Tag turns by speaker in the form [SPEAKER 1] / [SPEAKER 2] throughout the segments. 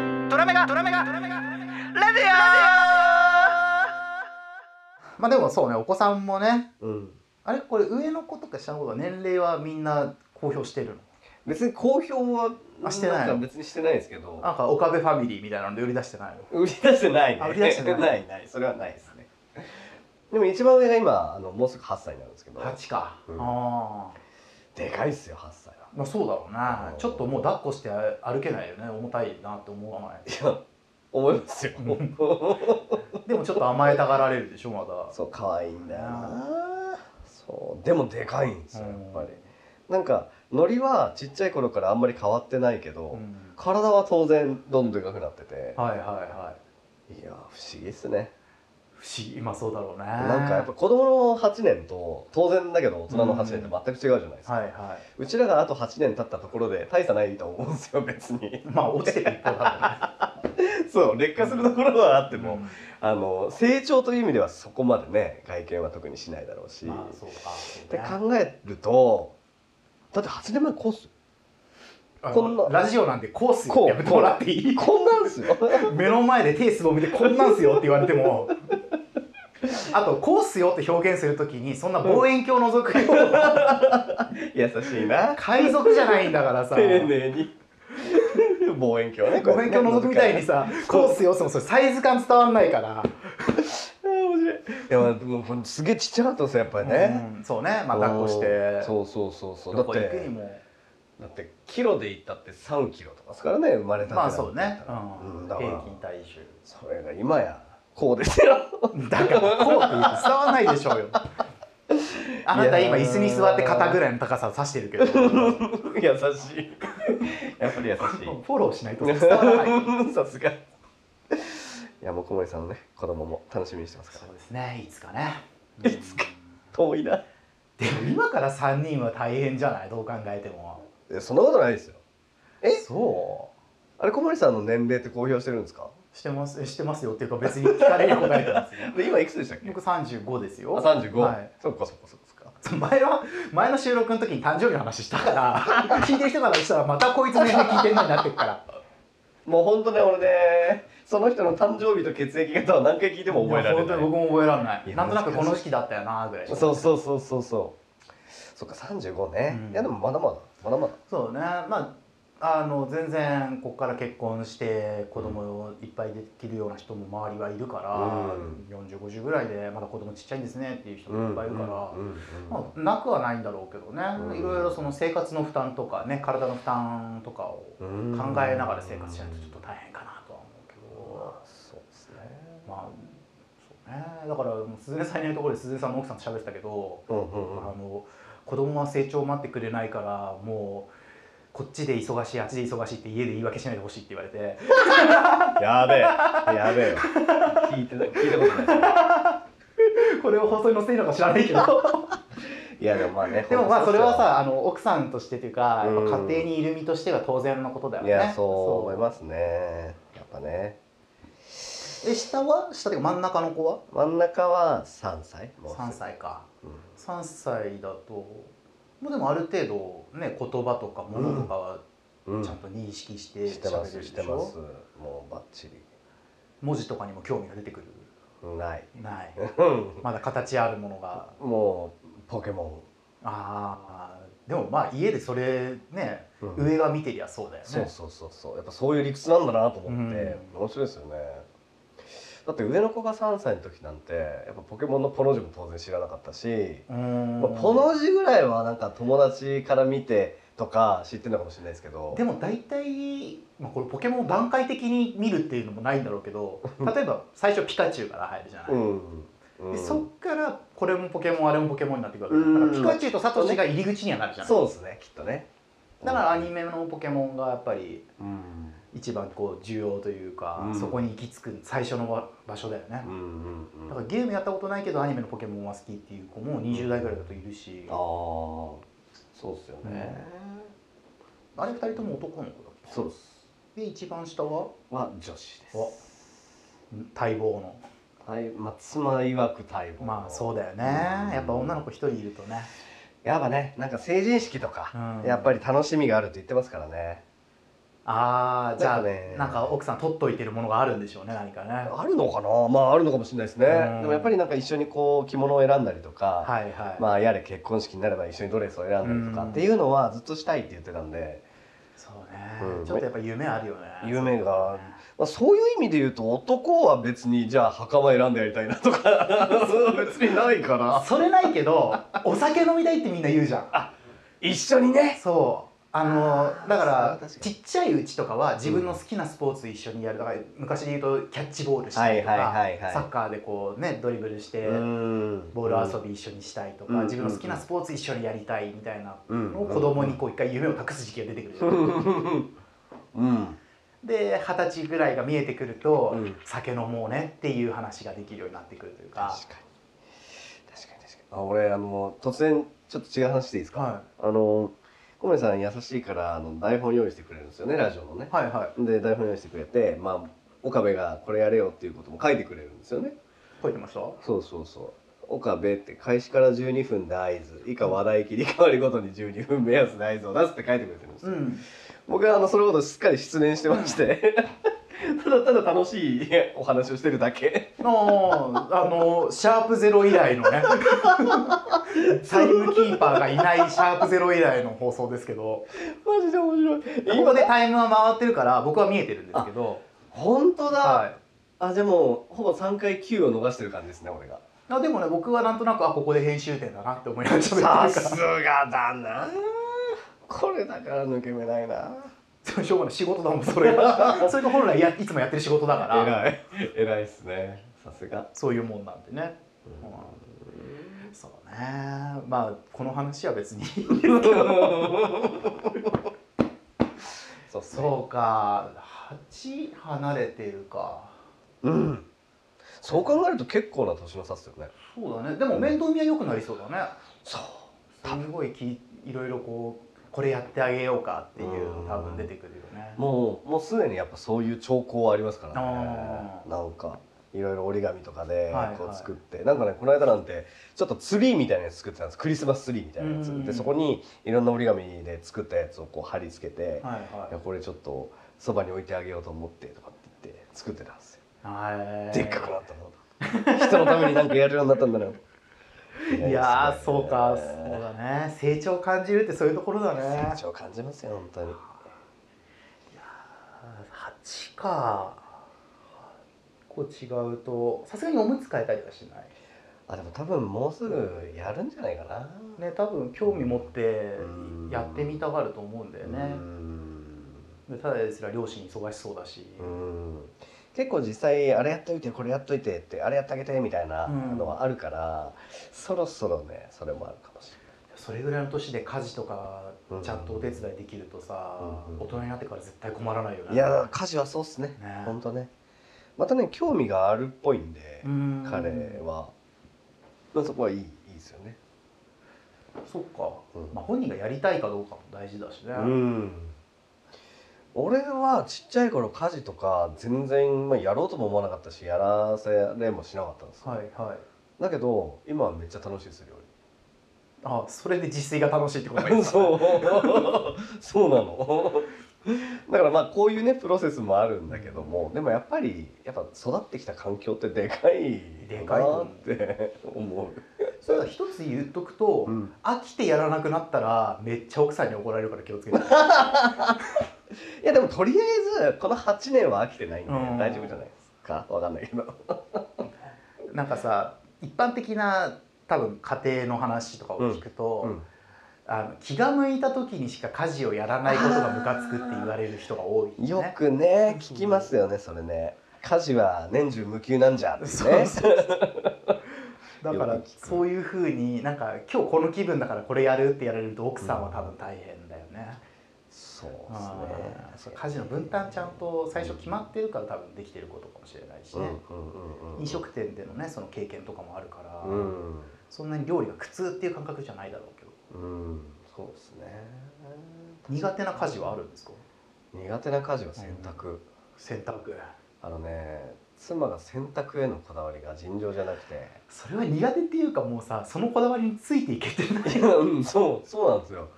[SPEAKER 1] がドラメがレディオまあでもそうねお子さんもね
[SPEAKER 2] うん、
[SPEAKER 1] あれこれ上の子とか下の子は年齢はみんな公表してるの
[SPEAKER 2] 別に公表は
[SPEAKER 1] あしてない
[SPEAKER 2] んか別にしてないですけど
[SPEAKER 1] なんか岡部ファミリーみたいなので売り出してないの
[SPEAKER 2] 売り出してないね
[SPEAKER 1] あ売り出してない
[SPEAKER 2] ないないそれはないですねでも一番上が今あのもうすぐ8歳になるんですけど
[SPEAKER 1] 8か、
[SPEAKER 2] うん
[SPEAKER 1] ああ
[SPEAKER 2] でかいっすよ8歳は
[SPEAKER 1] まあそうだろうな
[SPEAKER 2] うん
[SPEAKER 1] ちょっともう抱っこして歩けないよね重たいなって思わない
[SPEAKER 2] いや思いますよ
[SPEAKER 1] うでもちょっと甘えたがられるでしょまだ
[SPEAKER 2] そう可愛いんだよなそうでもでかいんですよやっぱりなんかノリはちっちゃい頃からあんまり変わってないけど、
[SPEAKER 1] うん
[SPEAKER 2] 体は当然どんどんでかくなってて、
[SPEAKER 1] はいはいはい
[SPEAKER 2] い、やー不思議っすね
[SPEAKER 1] 不思議まあそうだろうね
[SPEAKER 2] なんかやっぱ子供の8年と当然だけど大人の8年って全く違うじゃないですか、
[SPEAKER 1] はいは
[SPEAKER 2] うちらがあと8年経ったところで大差ないと思うんですよ別に
[SPEAKER 1] いまあ落ちてる一方だ
[SPEAKER 2] そう劣化するところはあって
[SPEAKER 1] ろうね
[SPEAKER 2] も、
[SPEAKER 1] うん
[SPEAKER 2] あの成長という意味ではそこまでね外見は特にしないだろうし、
[SPEAKER 1] まあそうかそう
[SPEAKER 2] で
[SPEAKER 1] ね
[SPEAKER 2] 考えるとだって8年前こうっ すよ
[SPEAKER 1] あの
[SPEAKER 2] こんな
[SPEAKER 1] ラジオなんでこうっす
[SPEAKER 2] こ
[SPEAKER 1] よ
[SPEAKER 2] う
[SPEAKER 1] やめてもらっていい
[SPEAKER 2] こんなんですよ
[SPEAKER 1] 目の前で手すぼみでこんなんすよって言われてもあとこうっすよって表現するときにそんな望遠鏡覗くような
[SPEAKER 2] 優しいな
[SPEAKER 1] 海賊じゃないんだからさ
[SPEAKER 2] 丁寧に望遠鏡ね
[SPEAKER 1] 望遠鏡覗くみたいに
[SPEAKER 2] さ
[SPEAKER 1] さこうっすよってもそれサイズ感伝わんないから、
[SPEAKER 2] 面白いいや、まあ、でもこれすげえちっちゃかったですよやっぱりね、
[SPEAKER 1] うんそうねまあ抱っこして
[SPEAKER 2] そうそうそうそう
[SPEAKER 1] ど
[SPEAKER 2] だっ
[SPEAKER 1] こ行くに
[SPEAKER 2] て
[SPEAKER 1] も
[SPEAKER 2] だってキロで言ったって3キロとかですからね生まれたて
[SPEAKER 1] ま
[SPEAKER 2] な
[SPEAKER 1] あ
[SPEAKER 2] んて
[SPEAKER 1] そうね、
[SPEAKER 2] う
[SPEAKER 1] うんん、
[SPEAKER 2] だから
[SPEAKER 1] 平均体重
[SPEAKER 2] それが今やこうですよ
[SPEAKER 1] だからこうって言うと伝わんないでしょうよ。あなた今
[SPEAKER 2] いやー
[SPEAKER 1] 椅子に座って肩ぐらいの高さを指してる けど、フ
[SPEAKER 2] 優しいやっぱり優
[SPEAKER 1] ォローしないと伝わらない。
[SPEAKER 2] しいさすがいやもう小森さんのね子供も楽しみにしてますから
[SPEAKER 1] そうですね、いつかね。
[SPEAKER 2] いつか遠いな
[SPEAKER 1] でも今から三人は大変じゃない、どう考えても。
[SPEAKER 2] えそんなことないですよえ
[SPEAKER 1] そ
[SPEAKER 2] あれ小森さんの年齢って公表してるんですか
[SPEAKER 1] う。してます、してますよっていうか別に聞かれる答えなん ですよ。
[SPEAKER 2] で今いくつでしたっけ
[SPEAKER 1] 僕三十五ですよ。
[SPEAKER 2] あ三十五
[SPEAKER 1] はい。
[SPEAKER 2] そっかそっかそっか
[SPEAKER 1] 前は前の収録の時に誕生日の話した から、聞いてる人からしたらまたこいつ年齢聞いてんのになってるから。
[SPEAKER 2] もう本当ね俺ねその人の誕生日と血液型は何回聞いても覚えられ
[SPEAKER 1] いや
[SPEAKER 2] ない
[SPEAKER 1] 本当に僕も覚えられない
[SPEAKER 2] や
[SPEAKER 1] い。なんとなくこの時期だったよなぐらいしか。
[SPEAKER 2] そうそうそうそうそうそっか35ね、
[SPEAKER 1] うん
[SPEAKER 2] いやでもまだまだまだまだ
[SPEAKER 1] そうねまああの全然ここから結婚して子供をいっぱいできるような人も周りはいるから、4050ぐらいでまだ子供ちっちゃいんですねっていう人もいっぱいいるから、
[SPEAKER 2] うんうんうん
[SPEAKER 1] まあ、なくはないんだろうけどね、
[SPEAKER 2] うん
[SPEAKER 1] いろいろその生活の負担とかね体の負担とかを考え
[SPEAKER 2] うん
[SPEAKER 1] ながら生活しないとちょっと大変かなとは思うけど、
[SPEAKER 2] そうですね
[SPEAKER 1] まあそうねだから鈴音さんいないところで鈴音さんの奥さんと喋ってたけど、
[SPEAKER 2] うんうんうん
[SPEAKER 1] あの子供は成長を待ってくれないからもうこっちで忙しいあっちで忙しいって家で言い訳しないでほしいって言われて
[SPEAKER 2] やべえやべえよ聞いてない聞いたことないで
[SPEAKER 1] これを放送に載せていいのか知らないけ ど
[SPEAKER 2] すいやでもまあね
[SPEAKER 1] でもまあそれはさあの奥さんとしてというかやっぱ
[SPEAKER 2] うん
[SPEAKER 1] 家庭にいる身としては当然のことだよ
[SPEAKER 2] い
[SPEAKER 1] ね
[SPEAKER 2] やそう思いますねやっぱね
[SPEAKER 1] すえ下は下っていうか真ん中の子は
[SPEAKER 2] 真ん中は3歳もうすぐ
[SPEAKER 1] 3歳か
[SPEAKER 2] うん
[SPEAKER 1] 3歳だともうでもある程度ね言葉とかものとかは
[SPEAKER 2] うん
[SPEAKER 1] ちゃんと認識して
[SPEAKER 2] してま
[SPEAKER 1] 喋れ
[SPEAKER 2] す
[SPEAKER 1] るで
[SPEAKER 2] し
[SPEAKER 1] して
[SPEAKER 2] ま
[SPEAKER 1] ょ
[SPEAKER 2] すもうバッチ
[SPEAKER 1] 文字とかにも興味が出てくる
[SPEAKER 2] リない
[SPEAKER 1] ない
[SPEAKER 2] うん
[SPEAKER 1] まだ形あるものが
[SPEAKER 2] もうポケモ
[SPEAKER 1] あーでもまあ家でそれね、
[SPEAKER 2] ン、うん
[SPEAKER 1] 上が見てりゃそうだよね
[SPEAKER 2] そうそうそうそうやっぱそういう理屈なんだなと思って、
[SPEAKER 1] う
[SPEAKER 2] 面白いですよねだって上の子が3歳の時なんてやっぱポケモンのポの字も当然知らなかったし、
[SPEAKER 1] うーん
[SPEAKER 2] まあ、ポの字ぐらいはなんか友達から見てとか知ってるのかもしれないですけど
[SPEAKER 1] でも大体、まあ、これポケモンを段階的に見るっていうのもないんだろうけど例えば最初ピカチュウから入るじゃない、
[SPEAKER 2] うん、うん、
[SPEAKER 1] でそっからこれもポケモンあれもポケモンになってくるわけ
[SPEAKER 2] うん
[SPEAKER 1] だからピカチュウとサトシが入り口にはなるじゃない
[SPEAKER 2] そうですねきっとね
[SPEAKER 1] だからアニメのポケモンがやっぱり
[SPEAKER 2] うん
[SPEAKER 1] 一番こう重要というか、
[SPEAKER 2] うん
[SPEAKER 1] そこに行き着く最初の場所だよね、
[SPEAKER 2] うんうんうん
[SPEAKER 1] だからゲームやったことないけどアニメのポケモンは好きっていう子も20代ぐらいだといるし、
[SPEAKER 2] ああそうっすよね、
[SPEAKER 1] あれ二人とも男の子だっ
[SPEAKER 2] そうっす
[SPEAKER 1] けで一番下は
[SPEAKER 2] は女子です
[SPEAKER 1] お待望の
[SPEAKER 2] はいまあ妻曰く待望
[SPEAKER 1] まあそうだよね
[SPEAKER 2] うん
[SPEAKER 1] やっぱ女の子一人いるとね、
[SPEAKER 2] やっぱねなんか成人式とか、
[SPEAKER 1] うん
[SPEAKER 2] やっぱり楽しみがあると言ってますからね
[SPEAKER 1] ああじゃ
[SPEAKER 2] な
[SPEAKER 1] あ
[SPEAKER 2] んかね
[SPEAKER 1] なんか奥さん取っといてるものがあるんでしょうね何かねは
[SPEAKER 2] あるのかなまああるのかもしれないですね、
[SPEAKER 1] うん
[SPEAKER 2] でもやっぱりなんか一緒にこう着物を選んだりとか、
[SPEAKER 1] いはい、
[SPEAKER 2] まあやれ結婚式になれば一緒にドレスを選んだりと
[SPEAKER 1] う
[SPEAKER 2] か
[SPEAKER 1] ん
[SPEAKER 2] っていうのはずっとしたいって言ってたんで、
[SPEAKER 1] そうね、
[SPEAKER 2] うん
[SPEAKER 1] ちょっとやっぱ夢あるよね
[SPEAKER 2] 夢がまあ、そういう意味で言うと男は別にじゃあ袴選んでやりたいなとか そう別にないか
[SPEAKER 1] あ
[SPEAKER 2] ら
[SPEAKER 1] それないけどお酒飲みたいってみんな言うじゃん
[SPEAKER 2] 一緒にね
[SPEAKER 1] そうあの
[SPEAKER 2] あ
[SPEAKER 1] だか
[SPEAKER 2] ーそれは
[SPEAKER 1] ら
[SPEAKER 2] 確か
[SPEAKER 1] ち
[SPEAKER 2] に
[SPEAKER 1] っちゃいうちとかは自分の好きなスポーツ一緒にやるだから昔で言うとキャッチボールしたりとか、
[SPEAKER 2] はいはいはいはい
[SPEAKER 1] サッカーでこうねドリブルして
[SPEAKER 2] ん
[SPEAKER 1] ボール遊び一緒にしたいとか、
[SPEAKER 2] うん
[SPEAKER 1] 自分の好きなスポーツ一緒にやりたいみたいな
[SPEAKER 2] うん
[SPEAKER 1] のを子供にこう一回夢を託す時期が出てくるじゃん
[SPEAKER 2] うん
[SPEAKER 1] で二十歳ぐらいが見えてくると、
[SPEAKER 2] うん
[SPEAKER 1] 酒飲もうねっていう話ができるようになってくるというか
[SPEAKER 2] 確かに確かに確かにあ俺あの突然ちょっと違う話でいいですか、
[SPEAKER 1] は
[SPEAKER 2] あの小森さん優しいからあの台本用意してくれるんですよねラジオのね
[SPEAKER 1] い、はいはい
[SPEAKER 2] で台本用意してくれてまあ岡部がこれやれよっていうことも書いてくれるんですよね
[SPEAKER 1] 書いてました
[SPEAKER 2] そうそうそう岡部って開始から12分で合図以下話題切り替わりごとに12分目安で合図を出すって書いてくれてるんです
[SPEAKER 1] う
[SPEAKER 2] よ、
[SPEAKER 1] ん
[SPEAKER 2] 僕はあのそのことをすっかり失念してまして ただただ楽しいお話をしてるだけ
[SPEAKER 1] のあのシャープゼロ以来のねタイムキーパーがいないシャープゼロ以来の放送ですけど
[SPEAKER 2] マジで面白い
[SPEAKER 1] 今でタイムは回ってるから僕は見えてるんですけど
[SPEAKER 2] 本当だ、
[SPEAKER 1] はい
[SPEAKER 2] あじゃあもうほぼ3回9を逃してる感じですね俺が
[SPEAKER 1] あでもね僕はなんとなくあここで編集点だなって思いながらちょっと
[SPEAKER 2] さ
[SPEAKER 1] ってる
[SPEAKER 2] すがだなこれだから抜け目ないな
[SPEAKER 1] からしょうがない仕事だもんそれが それが本来やいつもやってる仕事だから
[SPEAKER 2] 偉い偉いっすねさすが
[SPEAKER 1] そういうもんなんでね、うんそうねまあこの話は別 に
[SPEAKER 2] そうそう
[SPEAKER 1] そうか8離れてるか
[SPEAKER 2] うん。そう考えると結構な年の差っすよね。
[SPEAKER 1] そうだねでも面倒見は良くなりそうだね
[SPEAKER 2] そう。
[SPEAKER 1] すごいきいろいろこうこれやってあげようかっていう
[SPEAKER 2] うん
[SPEAKER 1] 多分出てくるよね
[SPEAKER 2] もうもうすでにやっぱそういう兆候はありますからね
[SPEAKER 1] あ。ー
[SPEAKER 2] なんか。いろいろ折り紙とかで
[SPEAKER 1] はいはい
[SPEAKER 2] こう作って、なんかねこの間なんてちょっとツリーみたいなやつ作ってたんですクリスマスツリーみたいなやつ
[SPEAKER 1] うん
[SPEAKER 2] でそこにいろんな折り紙で作ったやつをこう貼り付けて、
[SPEAKER 1] はい
[SPEAKER 2] い
[SPEAKER 1] は
[SPEAKER 2] やこれちょっとそばに置いてあげようと思ってとかって言って作ってたんですよ、
[SPEAKER 1] いはい
[SPEAKER 2] でっかくなったの人のためになんかやるようになったんだな偉ですね
[SPEAKER 1] いやーそうかそうだね成長感じるってそういうところだね
[SPEAKER 2] 成長感じますよ本当に
[SPEAKER 1] 8かこう違うとさすがにおむつ変えたりはしない
[SPEAKER 2] あでも多分もうすぐやるんじゃないかな
[SPEAKER 1] ね多分興味持って
[SPEAKER 2] うん
[SPEAKER 1] やってみたがると思うんだよ
[SPEAKER 2] うー
[SPEAKER 1] ね
[SPEAKER 2] ん
[SPEAKER 1] でただですら両親忙しそうだし
[SPEAKER 2] うーん結構実際あれやっといてこれやっといてってあれやってあげてみたいな
[SPEAKER 1] うん
[SPEAKER 2] のはあるから、そろそろねそれもあるかもし
[SPEAKER 1] それぐらいの年で家事とかちゃんとお手伝いできるとさ
[SPEAKER 2] うん
[SPEAKER 1] 大人になってから絶対困らないよ
[SPEAKER 2] れ
[SPEAKER 1] ね
[SPEAKER 2] ないいや家事はそうっすね
[SPEAKER 1] ね
[SPEAKER 2] ほんとねまたね興味があるっぽいんで、
[SPEAKER 1] うん
[SPEAKER 2] 彼は、まあ、そこはいいいいですよね
[SPEAKER 1] そっか、
[SPEAKER 2] うん
[SPEAKER 1] まあ、本人がやりたいかどうかも大事だしね、
[SPEAKER 2] うん俺はちっちゃい頃家事とか全然まあやろうとも思わなかったしやらせれもしなかったんですよ
[SPEAKER 1] はいはい
[SPEAKER 2] だけど今はめっちゃ楽しいですよ
[SPEAKER 1] あそれで自炊が楽しいってこと
[SPEAKER 2] 料
[SPEAKER 1] がいい
[SPEAKER 2] 理
[SPEAKER 1] ですかね
[SPEAKER 2] そうそうなのだからまあこういうねプロセスもあるんだけどもでもやっぱりやっぱ育ってきた環境ってでかい
[SPEAKER 1] でかいと
[SPEAKER 2] な
[SPEAKER 1] 思
[SPEAKER 2] っ
[SPEAKER 1] う
[SPEAKER 2] て 思
[SPEAKER 1] それは一つ言っとくと、
[SPEAKER 2] う、うん、
[SPEAKER 1] 飽きてやらなくなったらめっちゃ奥さんに怒られるから気を つけて
[SPEAKER 2] いやでもとりあえずこの8年は飽きてないんで
[SPEAKER 1] うん
[SPEAKER 2] 大丈夫じゃないですかわかんないけど
[SPEAKER 1] なんかさ一般的な多分家庭の話とかを聞くと、
[SPEAKER 2] うん
[SPEAKER 1] あの気が向いた時にしか家事をやらないことがムカつくって言われる人が多い
[SPEAKER 2] よ
[SPEAKER 1] ね。
[SPEAKER 2] くね聞きますよねそれね家事は年中無休なんじゃってね
[SPEAKER 1] そうそう だから
[SPEAKER 2] よく聞く
[SPEAKER 1] そういうふうになんか今日この気分だからこれやるってやられると奥さんは多分大変だよね。
[SPEAKER 2] そう
[SPEAKER 1] あ
[SPEAKER 2] で
[SPEAKER 1] ー
[SPEAKER 2] す
[SPEAKER 1] そう
[SPEAKER 2] ね
[SPEAKER 1] 家事の分担ちゃんと最初決まってるから多分できてることかもしれないし
[SPEAKER 2] うん
[SPEAKER 1] ね、
[SPEAKER 2] うんうんうん
[SPEAKER 1] 飲食店でのねその経験とかもあるから、
[SPEAKER 2] うん
[SPEAKER 1] そんなに料理が苦痛っていう感覚じゃないだろうけど
[SPEAKER 2] うんそうですね
[SPEAKER 1] 苦手な家事はあるんですか
[SPEAKER 2] 苦手な家事は洗濯、
[SPEAKER 1] 洗濯
[SPEAKER 2] あのね妻が洗濯へのこだわりが尋常じゃなくて
[SPEAKER 1] そ れは苦手っていうかもうさそのこだわりについていけてない
[SPEAKER 2] いやうんそうそうなんですよ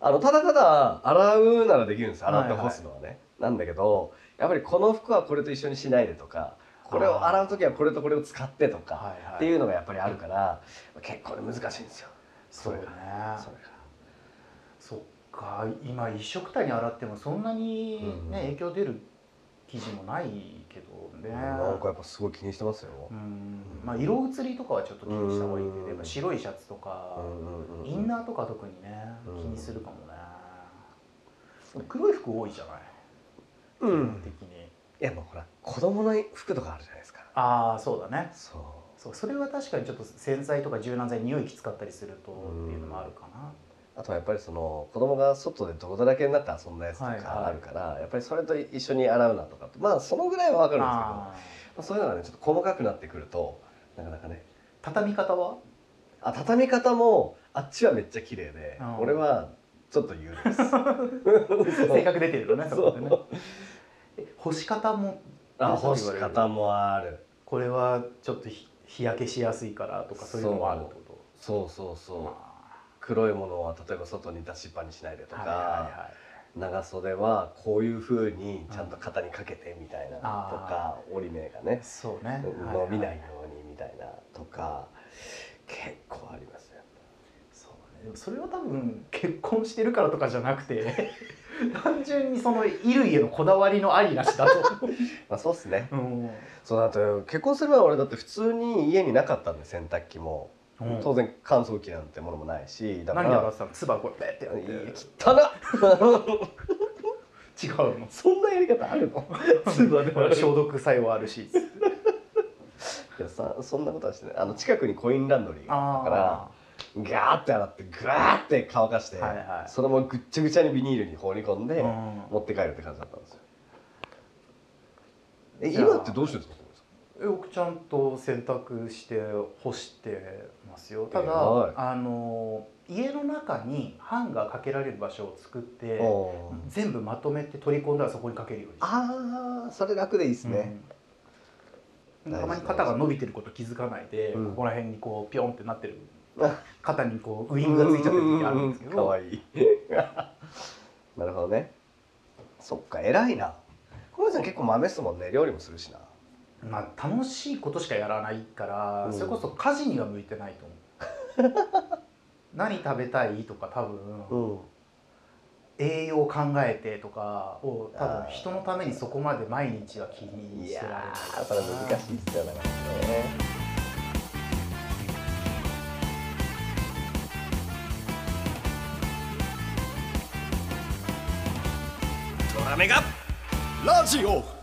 [SPEAKER 2] あのただただ洗うならできるんです洗って
[SPEAKER 1] はいはい
[SPEAKER 2] 干すのはね、なんだけどやっぱりこの服はこれと一緒にしないでとかこれを洗う時はこれとこれを使ってとか
[SPEAKER 1] はいはい、
[SPEAKER 2] っていうのがやっぱりあるから結構ね難しいんですよ
[SPEAKER 1] そうね
[SPEAKER 2] それが
[SPEAKER 1] そっか今一色体に洗ってもそんなに、ね
[SPEAKER 2] うん
[SPEAKER 1] 影響出る生地もないけどね
[SPEAKER 2] なんかやっぱすごい気にしてますよ、
[SPEAKER 1] うんまあ色移りとかはちょっと気にした方がいいけ
[SPEAKER 2] う
[SPEAKER 1] ど
[SPEAKER 2] ん
[SPEAKER 1] やっぱ白いシャツとか、インナーとか特にね
[SPEAKER 2] うん
[SPEAKER 1] 気にするかもね、黒い服多いじゃない基
[SPEAKER 2] う
[SPEAKER 1] 本
[SPEAKER 2] ん
[SPEAKER 1] 的に、
[SPEAKER 2] いやもうほら子供の服とかあるじゃないですか
[SPEAKER 1] ああそうだね
[SPEAKER 2] そう
[SPEAKER 1] そうそれは確かにちょっと洗剤とか柔軟剤匂いきつかったりするとっていうのもあるかな、
[SPEAKER 2] あとはやっぱりその子供が外で泥だらけになって遊んだやつと
[SPEAKER 1] はいはい
[SPEAKER 2] かあるから、やっぱりそれと一緒に洗うなとかってまあそのぐらいはわかるんですけどま
[SPEAKER 1] あー
[SPEAKER 2] あ、そういうのがねちょっと細かくなってくるとなかなかね
[SPEAKER 1] 畳み方は
[SPEAKER 2] あ畳み方もあっちはめっちゃ綺麗で、
[SPEAKER 1] うん
[SPEAKER 2] 俺はちょっと有 です
[SPEAKER 1] 性格出てるよねそ
[SPEAKER 2] そ
[SPEAKER 1] こでね
[SPEAKER 2] う
[SPEAKER 1] え干し方も
[SPEAKER 2] あ干し方もある
[SPEAKER 1] これはちょっとひ日焼けしやすいからとかそういうのもあるってこ
[SPEAKER 2] そうそう
[SPEAKER 1] と
[SPEAKER 2] そう黒いものは例えば外に出しっぱにしないでと
[SPEAKER 1] あー
[SPEAKER 2] か、
[SPEAKER 1] はいはいはい
[SPEAKER 2] 長袖はこういう風にちゃんと肩にかけてみたいなとか、折り目がね
[SPEAKER 1] そうね
[SPEAKER 2] 伸び
[SPEAKER 1] はは
[SPEAKER 2] な
[SPEAKER 1] い
[SPEAKER 2] ようにみたいなとか結構ありますよ。
[SPEAKER 1] そうねでもそれは多分結婚してるからとかじゃなくて 単純にその衣類へのこだわりのありなしだ と、
[SPEAKER 2] まあそうっすね。
[SPEAKER 1] うん
[SPEAKER 2] そうだと結婚する前は俺だって普通に家になかったんで洗濯機も、当然乾燥機なんてものもないしだか
[SPEAKER 1] 何で洗
[SPEAKER 2] ら
[SPEAKER 1] ってたの唾こうペッてやっ
[SPEAKER 2] いや
[SPEAKER 1] て
[SPEAKER 2] 汚っ
[SPEAKER 1] 違うの
[SPEAKER 2] そんなやり方あるの通話でもあ る
[SPEAKER 1] 消毒作用あるし
[SPEAKER 2] いやさそんなことはしてないあの近くにコインランドリーがあったから
[SPEAKER 1] あ
[SPEAKER 2] ガーって洗ってグワーって乾かして、
[SPEAKER 1] ーはいはい
[SPEAKER 2] そのままぐっちゃぐちゃにビニールに放り込んで、
[SPEAKER 1] うん
[SPEAKER 2] 持って帰るって感じだったんですよえ
[SPEAKER 1] じゃあ
[SPEAKER 2] 今ってどうしてるんですか
[SPEAKER 1] え僕ちゃんと洗濯して干してますよただ、
[SPEAKER 2] 偉い
[SPEAKER 1] あの家の中にハンガーかけられる場所を作って全部まとめて取り込んだらそこにかけるようにし
[SPEAKER 2] ああそれ楽でいいです
[SPEAKER 1] て
[SPEAKER 2] ね、、
[SPEAKER 1] うん
[SPEAKER 2] 大事
[SPEAKER 1] たまに肩が伸びてること気づかないで、
[SPEAKER 2] うん
[SPEAKER 1] ここら辺にこうピョンってなってる
[SPEAKER 2] あ
[SPEAKER 1] 肩にこうウイングがついちゃってる時あるんですけ
[SPEAKER 2] かわ
[SPEAKER 1] ど
[SPEAKER 2] いいなるほどねそっか偉いな小林さん結構豆っすもんね料理もするしな
[SPEAKER 1] まあ楽しいことしかやらないから、
[SPEAKER 2] うん
[SPEAKER 1] それこそ家事には向いてないと思う 何食べたいとか多分、
[SPEAKER 2] ん
[SPEAKER 1] 栄養を考えてとかを多
[SPEAKER 2] あ
[SPEAKER 1] 分
[SPEAKER 2] ー
[SPEAKER 1] 人のためにそこまで毎日は気に
[SPEAKER 2] い
[SPEAKER 1] してられない
[SPEAKER 2] や
[SPEAKER 1] か
[SPEAKER 2] ー
[SPEAKER 1] な
[SPEAKER 2] それは難しいっすよねドラメがラジオ